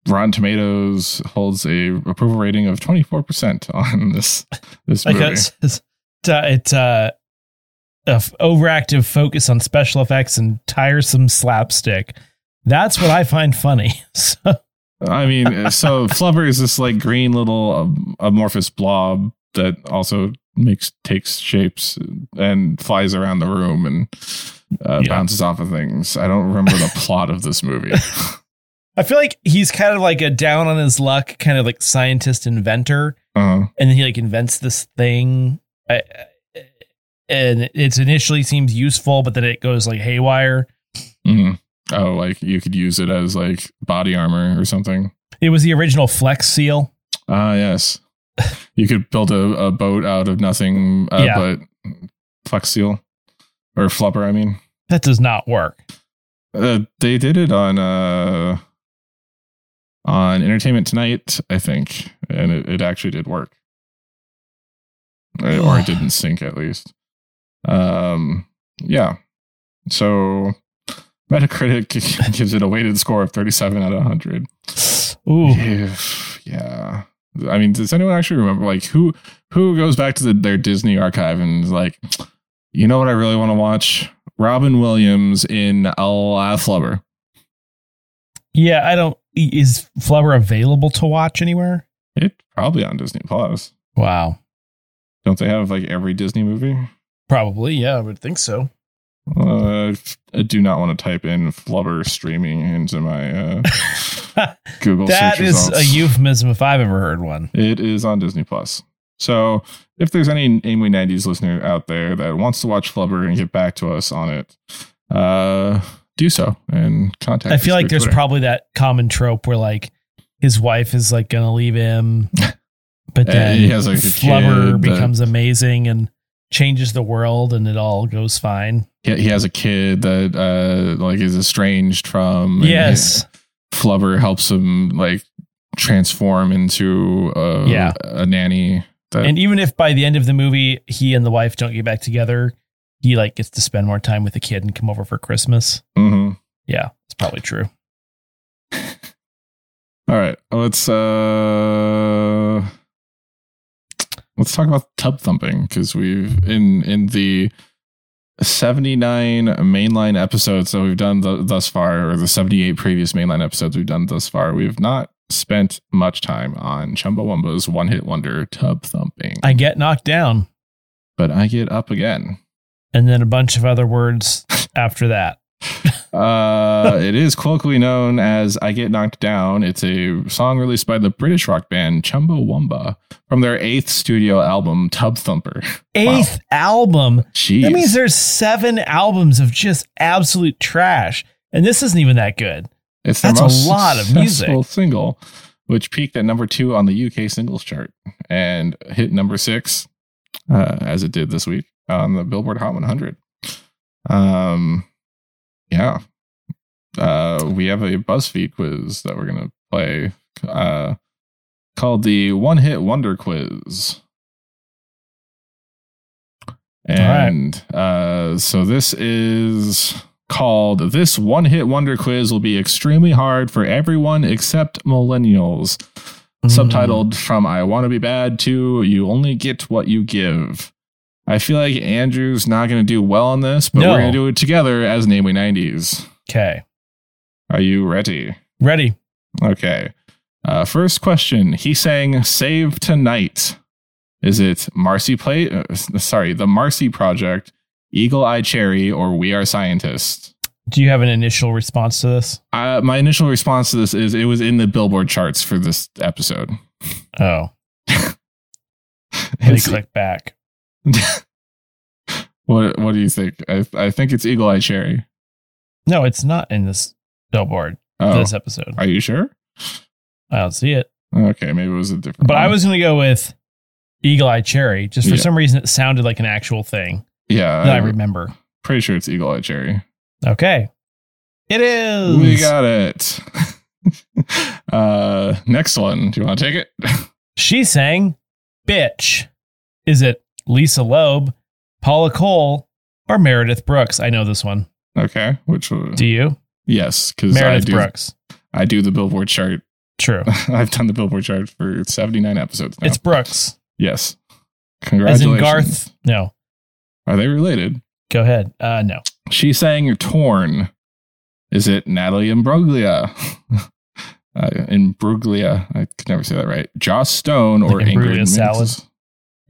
[SPEAKER 2] Rotten Tomatoes holds a approval rating of 24% on this this
[SPEAKER 1] Like
[SPEAKER 2] movie.
[SPEAKER 1] uh, it's, it's, uh, it's uh, a f- overactive focus on special effects and tiresome slapstick. That's what I find funny. So,
[SPEAKER 2] I mean, uh, so Flubber is this like green little um, amorphous blob that also makes takes shapes and flies around the room and uh,
[SPEAKER 1] Yeah.
[SPEAKER 2] bounces off of things. I don't remember the plot of this movie.
[SPEAKER 1] I feel like he's kind of like a down on his luck kind of like scientist inventor,
[SPEAKER 2] Uh,
[SPEAKER 1] and then he like invents this thing, I, I- and it initially seems useful, but then it goes like haywire.
[SPEAKER 2] mm. Oh, like you could use it as like body armor or something.
[SPEAKER 1] It was the original Flex Seal.
[SPEAKER 2] Ah, yes. You could build a, a boat out of nothing, uh,
[SPEAKER 1] Yeah.
[SPEAKER 2] but flex seal or flubber. I mean,
[SPEAKER 1] That does not work.
[SPEAKER 2] Uh, they did it on uh on Entertainment Tonight, I think, and it, it actually did work, Uh, or it didn't sink at least. Um, yeah. So Metacritic gives it a weighted score of thirty-seven out of hundred.
[SPEAKER 1] Ooh,
[SPEAKER 2] Yeah, yeah. I mean, does anyone actually remember like who who goes back to the, their Disney archive and is like, you know what I really want to watch? Robin Williams in L. uh, Flubber.
[SPEAKER 1] yeah. I don't. Is Flubber available to watch anywhere?
[SPEAKER 2] It probably on Disney Plus.
[SPEAKER 1] Wow,
[SPEAKER 2] Don't they have like every Disney movie?
[SPEAKER 1] probably. Yeah, I would think so.
[SPEAKER 2] Uh, I do not want to type in Flubber streaming into my uh, Google
[SPEAKER 1] that
[SPEAKER 2] search
[SPEAKER 1] is
[SPEAKER 2] results.
[SPEAKER 1] a euphemism if I've ever heard one.
[SPEAKER 2] It is on Disney Plus. So if there's any Namely 90s listener out there that wants to watch Flubber and get back to us on it, uh, do so and contact
[SPEAKER 1] I feel
[SPEAKER 2] us
[SPEAKER 1] like
[SPEAKER 2] through
[SPEAKER 1] there's
[SPEAKER 2] Twitter.
[SPEAKER 1] probably that common trope where like his wife is like gonna leave him, but
[SPEAKER 2] And
[SPEAKER 1] then
[SPEAKER 2] he has, like, a
[SPEAKER 1] Flubber
[SPEAKER 2] kid that-
[SPEAKER 1] becomes amazing and changes the world, and it all goes fine.
[SPEAKER 2] he, he has a kid that uh, like is estranged from. and
[SPEAKER 1] yes,
[SPEAKER 2] Flubber helps him like transform into uh,
[SPEAKER 1] Yeah.
[SPEAKER 2] a nanny. That,
[SPEAKER 1] and even if by the end of the movie he and the wife don't get back together, he like gets to spend more time with the kid and come over for Christmas.
[SPEAKER 2] Mhm.
[SPEAKER 1] Yeah, it's probably true.
[SPEAKER 2] All right, let's uh let's talk about tub thumping because we've in in the seventy nine mainline episodes that we've done th- thus far, or the seventy eight previous mainline episodes we've done thus far, we've not spent much time on Chumbawamba's one hit wonder tub thumping.
[SPEAKER 1] I get knocked down,
[SPEAKER 2] but I get up again.
[SPEAKER 1] and then a bunch of other words after that.
[SPEAKER 2] Uh, it is colloquially known as I Get Knocked Down. It's a song released by the British rock band Chumbawamba from their eighth studio album, Tub Thumper.
[SPEAKER 1] Eighth album.
[SPEAKER 2] Jeez.
[SPEAKER 1] That means there's seven albums of just absolute trash, and this isn't even that good.
[SPEAKER 2] it's their
[SPEAKER 1] that's a
[SPEAKER 2] most
[SPEAKER 1] lot of
[SPEAKER 2] successful
[SPEAKER 1] music.
[SPEAKER 2] single, which peaked at number two on the UK singles chart and hit number six, uh, as it did this week on the Billboard Hot 100. Um, yeah. Uh, we have a BuzzFeed quiz that we're going to play uh, called the One Hit Wonder Quiz. And uh, so this is called This One Hit Wonder Quiz Will Be Extremely Hard for Everyone Except Millennials. Mm-hmm.
[SPEAKER 1] Mm.
[SPEAKER 2] Subtitled From I Want to Be Bad to You Only Get What You Give. I feel like Andrew's not going to do well on this, but
[SPEAKER 1] No.
[SPEAKER 2] we're going to do it together as Namely 90s.
[SPEAKER 1] Okay.
[SPEAKER 2] Are you ready?
[SPEAKER 1] Ready.
[SPEAKER 2] Okay. Uh, first question. He sang Save Tonight. Is it Marcy Play? uh, s- sorry, The Marcy Project, Eagle Eye Cherry, or We Are Scientists?
[SPEAKER 1] Do you have an initial response to this?
[SPEAKER 2] Uh, my initial response to this is it was in the Billboard charts for this episode.
[SPEAKER 1] Oh, let me
[SPEAKER 2] It's-
[SPEAKER 1] click back.
[SPEAKER 2] what What do you think? I I think it's Eagle Eye Cherry.
[SPEAKER 1] No, it's not in this billboard
[SPEAKER 2] Oh,
[SPEAKER 1] this episode.
[SPEAKER 2] are you sure?
[SPEAKER 1] I don't see it.
[SPEAKER 2] Okay, maybe it was a different.
[SPEAKER 1] But I
[SPEAKER 2] one.
[SPEAKER 1] was going to go with Eagle Eye Cherry. Just for
[SPEAKER 2] Oh. Yeah.
[SPEAKER 1] some reason, it sounded like an actual thing
[SPEAKER 2] yeah.
[SPEAKER 1] that I
[SPEAKER 2] I'm
[SPEAKER 1] remember.
[SPEAKER 2] pretty sure it's Eagle Eye Cherry.
[SPEAKER 1] Okay. It is.
[SPEAKER 2] We got it. uh, next one. Do you want to take it?
[SPEAKER 1] She sang Bitch. Is it Lisa Loeb, Paula Cole, or Meredith Brooks? I know this one.
[SPEAKER 2] Okay. Which one?
[SPEAKER 1] Do you?
[SPEAKER 2] yes, because I
[SPEAKER 1] Meredith
[SPEAKER 2] do.
[SPEAKER 1] Brooks.
[SPEAKER 2] I do the Billboard chart.
[SPEAKER 1] True.
[SPEAKER 2] I've done the Billboard chart for seventy nine episodes now.
[SPEAKER 1] It's Brooks.
[SPEAKER 2] yes.
[SPEAKER 1] As
[SPEAKER 2] Congratulations.
[SPEAKER 1] in Garth. No.
[SPEAKER 2] Are they related?
[SPEAKER 1] Go ahead. Uh no.
[SPEAKER 2] She sang Torn. Is it Natalie Imbruglia? uh, Imbruglia. I could never say that right. Joss Stone or
[SPEAKER 1] Like Imbruglia
[SPEAKER 2] Ingrid Mins-
[SPEAKER 1] salad?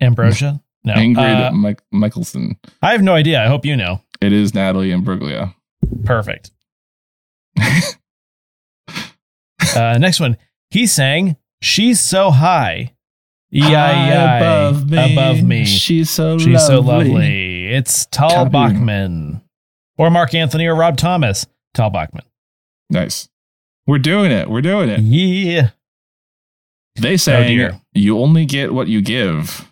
[SPEAKER 1] Ambrosia? No.
[SPEAKER 2] Ingrid
[SPEAKER 1] Uh,
[SPEAKER 2] Mike- Michelson.
[SPEAKER 1] I have no idea. I hope you know.
[SPEAKER 2] It is Natalie Imbruglia.
[SPEAKER 1] Perfect. uh, next one. He sang She's So High. E E-I-E-I, Above me.
[SPEAKER 2] She's so
[SPEAKER 1] She's so lovely. It's Tal
[SPEAKER 2] Copy.
[SPEAKER 1] Bachman. Or Mark Anthony or Rob Thomas. Tal Bachman.
[SPEAKER 2] Nice. We're doing it. We're doing it.
[SPEAKER 1] Yeah.
[SPEAKER 2] They sang
[SPEAKER 1] dear.
[SPEAKER 2] you only get what you give.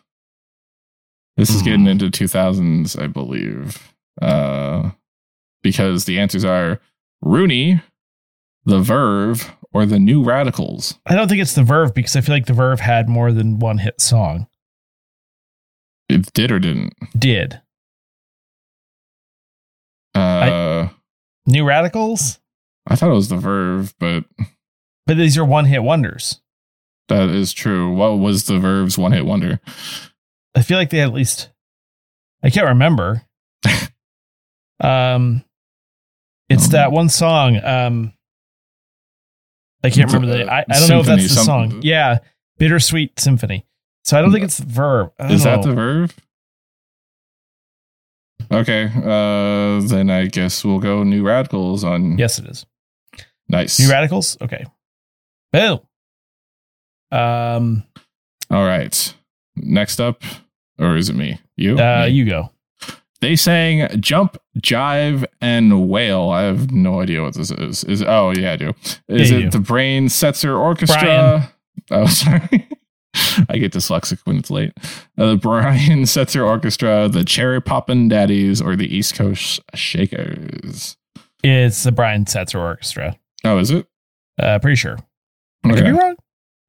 [SPEAKER 2] This is
[SPEAKER 1] Hmm.
[SPEAKER 2] getting into 2000s, I believe. Uh, because the answers are Rooney, The Verve, or The New Radicals.
[SPEAKER 1] I don't think it's The Verve because I feel like The Verve had more than one hit song.
[SPEAKER 2] It did or didn't.
[SPEAKER 1] Did.
[SPEAKER 2] Uh, I,
[SPEAKER 1] New Radicals?
[SPEAKER 2] thought it was The Verve, but
[SPEAKER 1] But these are one hit wonders.
[SPEAKER 2] that is true. What was The Verve's one hit wonder?
[SPEAKER 1] I feel like they had at least I can't remember. um it's
[SPEAKER 2] Um,
[SPEAKER 1] that one song. Um I can't remember the I, I don't know if
[SPEAKER 2] uh, Symphony,
[SPEAKER 1] that's the
[SPEAKER 2] some- Mm,
[SPEAKER 1] song. Yeah. Bittersweet Symphony. So I don't think it's the verb. I don't
[SPEAKER 2] Is that
[SPEAKER 1] know.
[SPEAKER 2] The Verve? Okay. Uh, then I guess we'll go New Radicals on.
[SPEAKER 1] Yes, it is.
[SPEAKER 2] Nice.
[SPEAKER 1] New Radicals? Okay. Boom. Um
[SPEAKER 2] All right. Next up, or is it me? You?
[SPEAKER 1] uh
[SPEAKER 2] Me.
[SPEAKER 1] you go.
[SPEAKER 2] They sang Jump, Jive, and Wail. I have no idea what this is. Is oh yeah, I do. Is
[SPEAKER 1] you
[SPEAKER 2] it
[SPEAKER 1] do.
[SPEAKER 2] the Brain Setzer Orchestra? Oh sorry. I get dyslexic when it's late. Uh, the Brian Setzer Orchestra, the Cherry Poppin' Daddies, or the East Coast Shakers.
[SPEAKER 1] It's the Brian Setzer Orchestra.
[SPEAKER 2] Oh, is it?
[SPEAKER 1] Uh pretty sure. I could be wrong.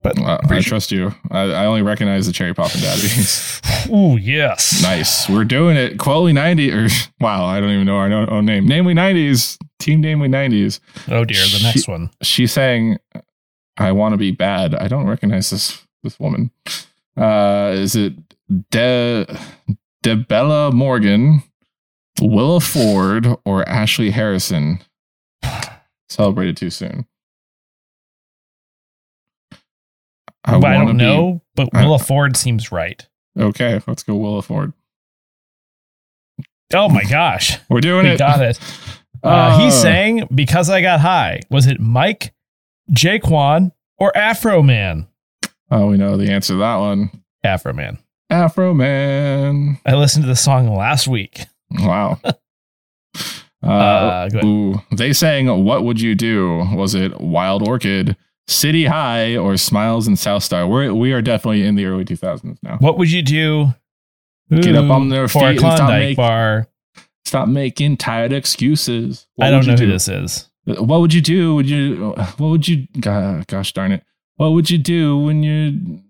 [SPEAKER 2] Well, I
[SPEAKER 1] Pretty sure.
[SPEAKER 2] trust you. I, I only recognize the Cherry Poppin' Daddies.
[SPEAKER 1] Ooh, yes.
[SPEAKER 2] Nice. We're doing it. Quality 90 or wow, I don't even know our own, own name. Namely 90s. Team Namely 90s.
[SPEAKER 1] Oh dear, the
[SPEAKER 2] She-
[SPEAKER 1] next one.
[SPEAKER 2] She sang I want to be bad. I don't recognize this this woman. Uh is it De Debella Morgan, Willa Ford or Ashley Harrison? Celebrated too soon.
[SPEAKER 1] I, I
[SPEAKER 2] wanna
[SPEAKER 1] don't
[SPEAKER 2] be- Uh,
[SPEAKER 1] know, but
[SPEAKER 2] I-
[SPEAKER 1] Willa Ford seems right.
[SPEAKER 2] Okay, let's go Willa Ford.
[SPEAKER 1] Oh my gosh.
[SPEAKER 2] We're doing
[SPEAKER 1] We
[SPEAKER 2] it. Oh.
[SPEAKER 1] got it. Uh, he sang Because I Got High. Was it Mike, Jaquan, or Afro Man?
[SPEAKER 2] Oh, we know the answer to that one.
[SPEAKER 1] Afro Man.
[SPEAKER 2] Afro Man.
[SPEAKER 1] I listened to the song last week.
[SPEAKER 2] Wow. Uh,
[SPEAKER 1] Uh, go ahead.
[SPEAKER 2] ooh. They sang What Would You Do? Was it Wild Orchid, City High, or Smiles and South Star? We're, we are definitely in the early 2000s now.
[SPEAKER 1] What would you do?
[SPEAKER 2] Get up
[SPEAKER 1] Ooh,
[SPEAKER 2] on their
[SPEAKER 1] for a
[SPEAKER 2] feet and stop
[SPEAKER 1] Klondike
[SPEAKER 2] making-
[SPEAKER 1] bar.
[SPEAKER 2] Stop making tired excuses. What
[SPEAKER 1] I don't
[SPEAKER 2] would you
[SPEAKER 1] know who
[SPEAKER 2] do? Uh,
[SPEAKER 1] this is.
[SPEAKER 2] What would you do? Would you, uh, what would you, go- gosh darn it. What would you do when you,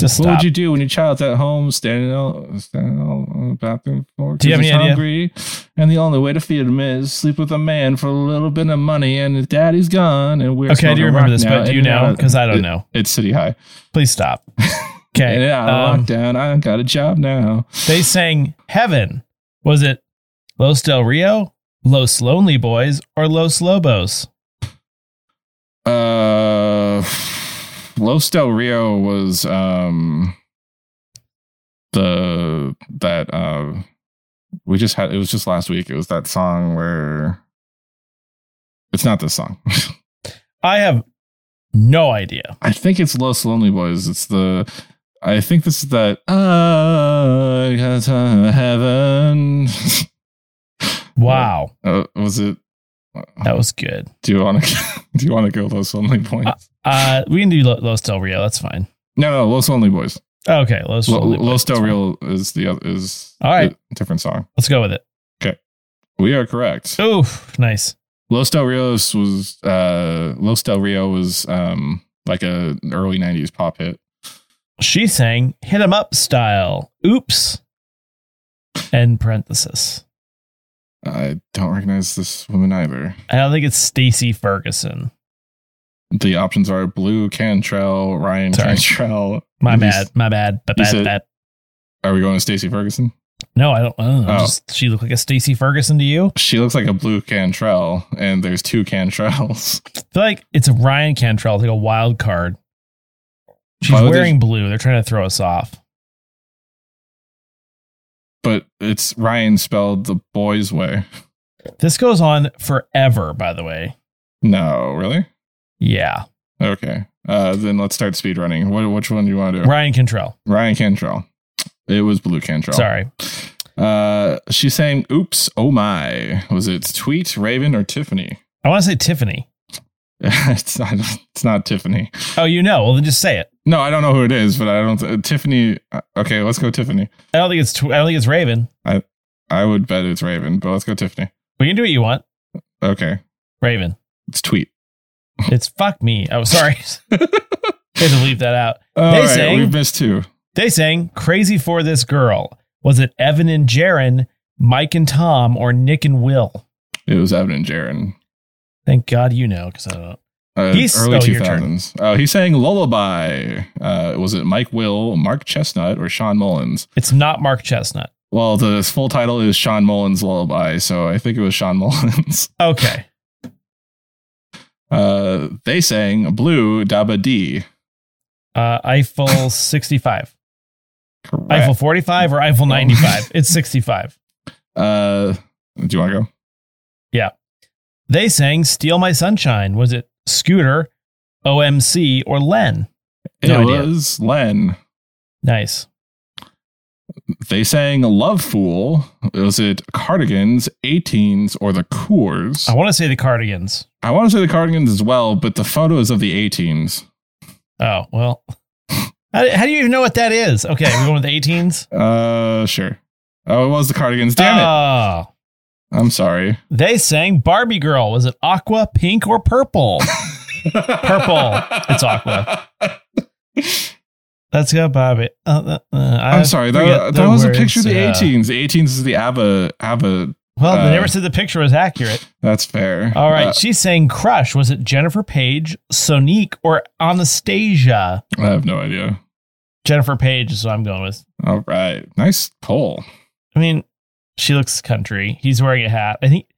[SPEAKER 1] Just
[SPEAKER 2] What
[SPEAKER 1] stop.
[SPEAKER 2] would you do when your child's at home standing out, standing out on the bathroom floor?
[SPEAKER 1] Do you have
[SPEAKER 2] 'cause
[SPEAKER 1] any idea?
[SPEAKER 2] hungry, and the only way to feed him is sleep with a man for a little bit of money, and his daddy's gone, and we're
[SPEAKER 1] okay, I do
[SPEAKER 2] smoking
[SPEAKER 1] remember
[SPEAKER 2] rock
[SPEAKER 1] this,
[SPEAKER 2] now,
[SPEAKER 1] but do
[SPEAKER 2] in
[SPEAKER 1] you
[SPEAKER 2] and out
[SPEAKER 1] know?
[SPEAKER 2] of-
[SPEAKER 1] Because I don't
[SPEAKER 2] it-
[SPEAKER 1] know.
[SPEAKER 2] It's City High.
[SPEAKER 1] Please stop. Okay.
[SPEAKER 2] And out of
[SPEAKER 1] um,
[SPEAKER 2] lockdown, I got a job now.
[SPEAKER 1] They sang Heaven. Was it Los Del Rio, Los Lonely Boys or Los Lobos?
[SPEAKER 2] Uh, Los Del Rio was um the that uh we just had it was just last week. It was that song where it's not this song.
[SPEAKER 1] I have no idea.
[SPEAKER 2] I think it's Los Lonely Boys. It's the I think this is that I got to heaven.
[SPEAKER 1] Wow,
[SPEAKER 2] Uh, was it?
[SPEAKER 1] that was good.
[SPEAKER 2] Do you want to? Do you want to go Los Lonely Boys?
[SPEAKER 1] Uh, we can do Lo- Los Del Rio. That's fine.
[SPEAKER 2] no, no, Los Lonely Boys.
[SPEAKER 1] Okay, Los
[SPEAKER 2] Lo-
[SPEAKER 1] Lonely Boys,
[SPEAKER 2] Los Del
[SPEAKER 1] that's fine.
[SPEAKER 2] Rio is the other is
[SPEAKER 1] All right.
[SPEAKER 2] a different song.
[SPEAKER 1] Let's go with it.
[SPEAKER 2] We are correct.
[SPEAKER 1] Oh, nice.
[SPEAKER 2] Los Del Rios was uh, Los Del Rio was um, like a early '90s pop hit.
[SPEAKER 1] She sang "Hit 'Em Up" style. Oops. End parenthesis.
[SPEAKER 2] I don't recognize this woman either.
[SPEAKER 1] I don't think it's Stacy Ferguson.
[SPEAKER 2] The options are Blue Cantrell, Ryan
[SPEAKER 1] Sorry.
[SPEAKER 2] Cantrell.
[SPEAKER 1] My
[SPEAKER 2] You
[SPEAKER 1] bad.
[SPEAKER 2] s-
[SPEAKER 1] My bad. But
[SPEAKER 2] you
[SPEAKER 1] bad.
[SPEAKER 2] said-
[SPEAKER 1] bad.
[SPEAKER 2] Are we going to Stacy Ferguson?
[SPEAKER 1] No, I don't. I don't know.
[SPEAKER 2] Oh.
[SPEAKER 1] Just, she look like a Stacy Ferguson to you?
[SPEAKER 2] She looks like a blue Cantrell, and there's two Cantrells.
[SPEAKER 1] I feel like it's a Ryan Cantrell, like a wild card. She's
[SPEAKER 2] Why would they-
[SPEAKER 1] wearing blue. They're trying to throw us off.
[SPEAKER 2] but it's Ryan spelled the boys' way.
[SPEAKER 1] This goes on forever, by the way.
[SPEAKER 2] No, really?
[SPEAKER 1] Yeah.
[SPEAKER 2] Okay. Uh, then let's start speed running. What, which one do you want to do?
[SPEAKER 1] Ryan Cantrell.
[SPEAKER 2] Ryan Cantrell. It was Blue Cantrell.
[SPEAKER 1] Sorry.
[SPEAKER 2] Uh, she's saying, "Oops, oh my." Was it Tweet, Raven, or Tiffany?
[SPEAKER 1] I want to say Tiffany.
[SPEAKER 2] it's not. It's not Tiffany.
[SPEAKER 1] Oh, you know. Well, then just say it.
[SPEAKER 2] No, I don't know who it is, but I don't. Uh, Tiffany. uh, Okay, let's go Tiffany.
[SPEAKER 1] I don't think it's. Tw- I don't think it's Raven.
[SPEAKER 2] I would bet it's Raven, but let's go Tiffany.
[SPEAKER 1] But you can do what you want.
[SPEAKER 2] Okay,
[SPEAKER 1] Raven.
[SPEAKER 2] it's Tweet.
[SPEAKER 1] It's fuck me. Oh, sorry.
[SPEAKER 2] All
[SPEAKER 1] Had to leave that out.
[SPEAKER 2] right,
[SPEAKER 1] sang-
[SPEAKER 2] we've missed two.
[SPEAKER 1] They sang "Crazy for This Girl." Was it Evan and Jaron, Mike and Tom, or Nick and Will?
[SPEAKER 2] It was Evan and Jaron.
[SPEAKER 1] Thank God you know, because I don't.
[SPEAKER 2] Uh,
[SPEAKER 1] He's-
[SPEAKER 2] early
[SPEAKER 1] oh,
[SPEAKER 2] two
[SPEAKER 1] your turn.
[SPEAKER 2] thousands. Oh, he's saying lullaby. Uh, was it Mike Will, Mark Chestnut, or Sean Mullins?
[SPEAKER 1] It's not Mark Chestnut.
[SPEAKER 2] Well, the full title is Sean Mullins Lullaby, so I think it was Sean Mullins.
[SPEAKER 1] Okay.
[SPEAKER 2] Uh, they sang Blue Daba D.
[SPEAKER 1] Uh, Eiffel 65.
[SPEAKER 2] Correct.
[SPEAKER 1] Eiffel 45 or Eiffel 95? It's 65.
[SPEAKER 2] Uh, do you want to go?
[SPEAKER 1] They sang Steal My Sunshine. Was it Scooter, OMC, or Len? No
[SPEAKER 2] it
[SPEAKER 1] idea.
[SPEAKER 2] was Len.
[SPEAKER 1] Nice.
[SPEAKER 2] They sang Love Fool. Was it Cardigans, 18s, or the Coors?
[SPEAKER 1] I want to say the Cardigans.
[SPEAKER 2] I want to say the Cardigans as well, but the photo is of the 18s.
[SPEAKER 1] Oh, well. How, how do you even know what that is? Okay, we're going with the 18s.
[SPEAKER 2] Uh, sure. Oh, it was the Cardigans. Damn it.
[SPEAKER 1] Oh.
[SPEAKER 2] I'm sorry.
[SPEAKER 1] They sang Barbie Girl. Was it aqua, pink, or purple? Purple. It's Aqua. Let's go, Barbie. Uh, uh, uh, I
[SPEAKER 2] I'm sorry.
[SPEAKER 1] forget
[SPEAKER 2] That,
[SPEAKER 1] the
[SPEAKER 2] that was a
[SPEAKER 1] words.
[SPEAKER 2] picture of the
[SPEAKER 1] Yeah.
[SPEAKER 2] 18s. The 18s is the ABBA. ABBA.
[SPEAKER 1] Well,
[SPEAKER 2] Uh,
[SPEAKER 1] they never said the picture was accurate.
[SPEAKER 2] That's fair.
[SPEAKER 1] All right,
[SPEAKER 2] Uh,
[SPEAKER 1] she sang "Crush." Was it Jennifer Page, Sonique, or Anastasia?
[SPEAKER 2] Uh, I have no idea.
[SPEAKER 1] Jennifer Page is what I'm going with.
[SPEAKER 2] All right. Nice poll.
[SPEAKER 1] I mean, she looks country. He's wearing a hat. I think.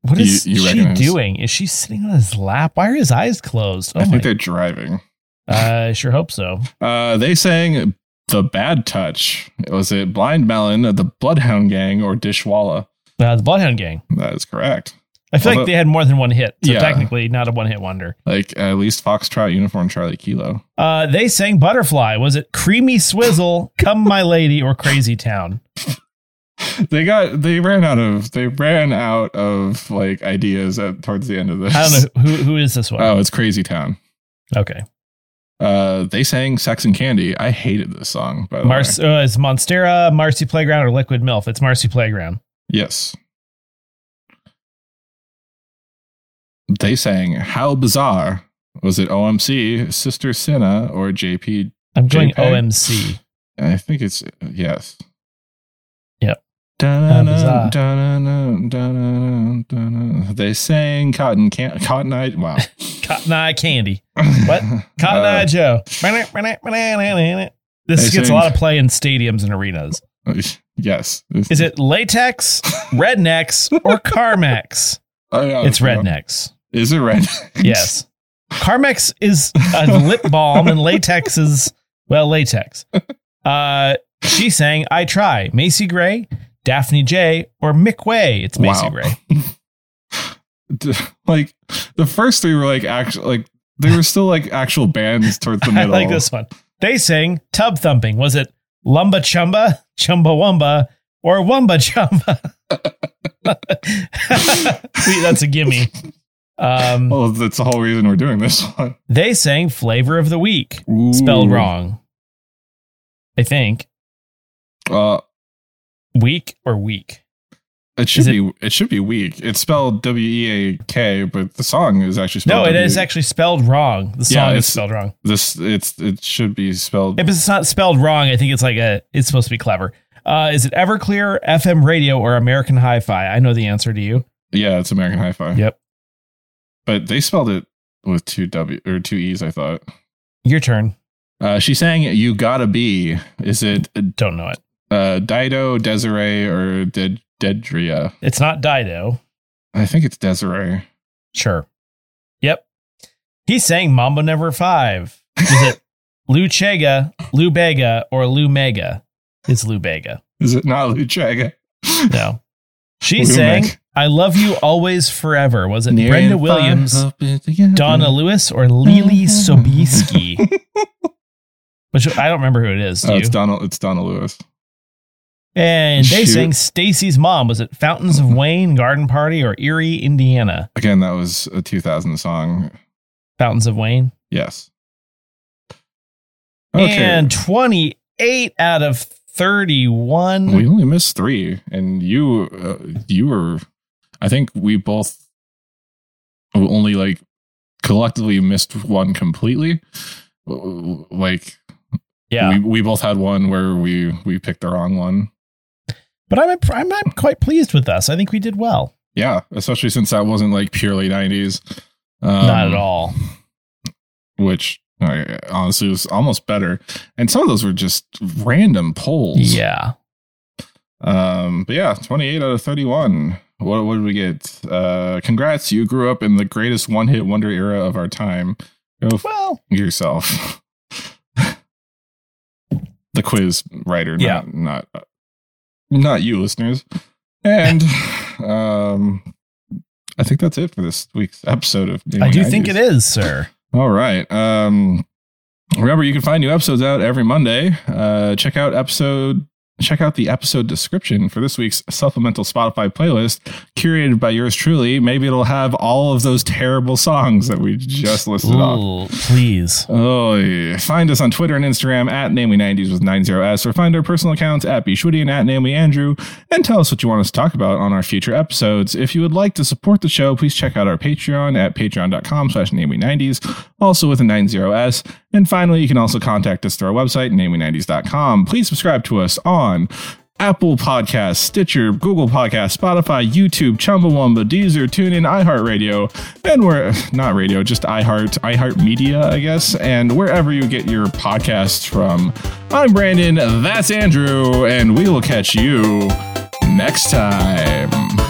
[SPEAKER 1] What
[SPEAKER 2] You-
[SPEAKER 1] is
[SPEAKER 2] you
[SPEAKER 1] she
[SPEAKER 2] recognize-
[SPEAKER 1] doing? Is she sitting on his lap? Why are his eyes closed? Oh
[SPEAKER 2] I think
[SPEAKER 1] my!
[SPEAKER 2] they're driving.
[SPEAKER 1] I sure hope so.
[SPEAKER 2] Uh, they sang The Bad Touch. Was it Blind Melon, The Bloodhound Gang, or Dishwalla?
[SPEAKER 1] Uh, the Bloodhound Gang.
[SPEAKER 2] That is correct.
[SPEAKER 1] I feel
[SPEAKER 2] Although-
[SPEAKER 1] like they had more than one hit, so
[SPEAKER 2] Yeah.
[SPEAKER 1] technically not a one-hit wonder.
[SPEAKER 2] Like at least Foxtrot Uniform Charlie Kilo.
[SPEAKER 1] Uh, they sang "Butterfly." Was it "Creamy Swizzle," "Come My Lady," or "Crazy Town"?
[SPEAKER 2] They got they ran out of they ran out of like ideas at, towards the end of this.
[SPEAKER 1] I don't know who who is this one.
[SPEAKER 2] Oh, it's Crazy Town.
[SPEAKER 1] Okay.
[SPEAKER 2] Uh, they sang Sex and Candy. I hated this song, by the way.
[SPEAKER 1] Mars uh, is Monstera, Marcy Playground, or Liquid Milf. It's Marcy Playground.
[SPEAKER 2] Yes. They sang How Bizarre. Was it OMC, Sister Cinna, or JP?
[SPEAKER 1] I'm going
[SPEAKER 2] JPEG.
[SPEAKER 1] OMC.
[SPEAKER 2] I think it's yes.
[SPEAKER 1] Yep.
[SPEAKER 2] Da-na-na,
[SPEAKER 1] How bizarre.
[SPEAKER 2] da-na-na, da-na-na, da-na-na. They sang Cotton Can Cotton Eye. Wow.
[SPEAKER 1] Cotton Eye Candy. What? Cotton
[SPEAKER 2] Uh,
[SPEAKER 1] Eye Joe. This
[SPEAKER 2] they
[SPEAKER 1] gets a
[SPEAKER 2] sing-
[SPEAKER 1] lot of play in stadiums and arenas.
[SPEAKER 2] yes.
[SPEAKER 1] Is it latex, rednecks, or Carmex?
[SPEAKER 2] Oh, yeah,
[SPEAKER 1] It's
[SPEAKER 2] yeah.
[SPEAKER 1] rednecks.
[SPEAKER 2] Is it red?
[SPEAKER 1] Yes. Carmex is a lip balm and latex is, well, latex. Uh, she sang I Try, Macy Gray, Daphne J, or Mick Way. It's Macy
[SPEAKER 2] Wow.
[SPEAKER 1] Gray.
[SPEAKER 2] D- like the first three were like actual like they were still like actual bands towards the
[SPEAKER 1] I
[SPEAKER 2] middle.
[SPEAKER 1] like this one. They sang Tub Thumping. Was it Lumba Chumba, Chumba Wumba, or Wumba Chumba? See, that's a gimme. Um,
[SPEAKER 2] Well, Oh, that's the whole reason we're doing this one.
[SPEAKER 1] They sang Flavor of the Week, spelled
[SPEAKER 2] Ooh.
[SPEAKER 1] wrong. I think.
[SPEAKER 2] Uh,
[SPEAKER 1] Week or week?
[SPEAKER 2] it should
[SPEAKER 1] Is it-
[SPEAKER 2] be it should be weak. It's spelled W E A K, but the song is actually
[SPEAKER 1] No,
[SPEAKER 2] spelled.
[SPEAKER 1] it
[SPEAKER 2] W-
[SPEAKER 1] is actually spelled wrong. The
[SPEAKER 2] Yeah,
[SPEAKER 1] song is
[SPEAKER 2] it's-
[SPEAKER 1] spelled wrong.
[SPEAKER 2] this. It's it should be spelled.
[SPEAKER 1] If it's not spelled wrong, I think it's like a. It's supposed to be clever. Uh, is it Everclear, FM radio, or American Hi-Fi? I know the answer to you.
[SPEAKER 2] yeah, it's American Hi-Fi.
[SPEAKER 1] Yep.
[SPEAKER 2] but they spelled it with two W or two E's. I thought.
[SPEAKER 1] Your turn.
[SPEAKER 2] Uh, she sang "You Gotta Be." Is it
[SPEAKER 1] Don't know it.
[SPEAKER 2] uh, Dido, Desiree, or Ded- Dedria?
[SPEAKER 1] It's not Dido.
[SPEAKER 2] I think it's Desiree.
[SPEAKER 1] Sure. Yep. He sang Mambo Number Five. Is it Lou Chega, Lou Bega, or Lou Mega? It's Lou Bega.
[SPEAKER 2] Is it not Luchaga?
[SPEAKER 1] No. She
[SPEAKER 2] Who
[SPEAKER 1] sang
[SPEAKER 2] make-
[SPEAKER 1] I Love You Always Forever. Was it Brenda Williams,
[SPEAKER 2] Mm-hmm.
[SPEAKER 1] Donna Lewis, or Lily Sobieski? Which I don't remember who it is. do
[SPEAKER 2] Oh,
[SPEAKER 1] you?
[SPEAKER 2] it's Donald. It's Donna Lewis.
[SPEAKER 1] and they
[SPEAKER 2] Shoot.
[SPEAKER 1] sang Stacy's Mom. Was it Fountains of Wayne, Garden Party, or Erie, Indiana?
[SPEAKER 2] Again, that was a 2000 song.
[SPEAKER 1] Fountains of Wayne.
[SPEAKER 2] Yes. Okay.
[SPEAKER 1] And 28 out of 31.
[SPEAKER 2] we only missed three, and you, uh, you were. I think we both only like collectively missed one completely. W- w- Like
[SPEAKER 1] yeah.
[SPEAKER 2] we, we both had one where we we picked the wrong one.
[SPEAKER 1] but I'm, I'm not quite pleased with us. I think we did well.
[SPEAKER 2] Yeah, especially since that wasn't like purely 90s. Um,
[SPEAKER 1] not at all.
[SPEAKER 2] which I, honestly was almost better. And some of those were just random polls.
[SPEAKER 1] Yeah.
[SPEAKER 2] Um, but yeah, 28 out of 31. What, what did we get? Uh, congrats. You grew up in the greatest one hit wonder era of our time. Go f-
[SPEAKER 1] Well,
[SPEAKER 2] yourself. the quiz writer,
[SPEAKER 1] Yeah.
[SPEAKER 2] not not, not you listeners. And um I think that's it for this week's episode of
[SPEAKER 1] I do think it is, sir.
[SPEAKER 2] all right. Um, remember, you can find new episodes out every Monday. Uh, check out episode. Check out the episode description for this week's supplemental Spotify playlist curated by yours truly. Maybe it'll have all of those terrible songs that we just listed off.
[SPEAKER 1] Ooh, please.
[SPEAKER 2] Oh, yeah. find us on Twitter and Instagram at Namely90s with 90s, or find our personal accounts at Bshwitty and at Namely Andrew, and tell us what you want us to talk about on our future episodes. If you would like to support the show, please check out our Patreon at patreon.com slash Namely90s, also with a 90s. And finally, you can also contact us through our website, Namely90s.com. Please subscribe to us on Apple Podcasts, Stitcher, Google Podcasts, Spotify, YouTube, Chumbawamba, Deezer, TuneIn, iHeartRadio, and we're not radio, just iHeart, iHeartMedia, I guess, and wherever you get your podcasts from. I'm Brandon, that's Andrew, and we will catch you next time.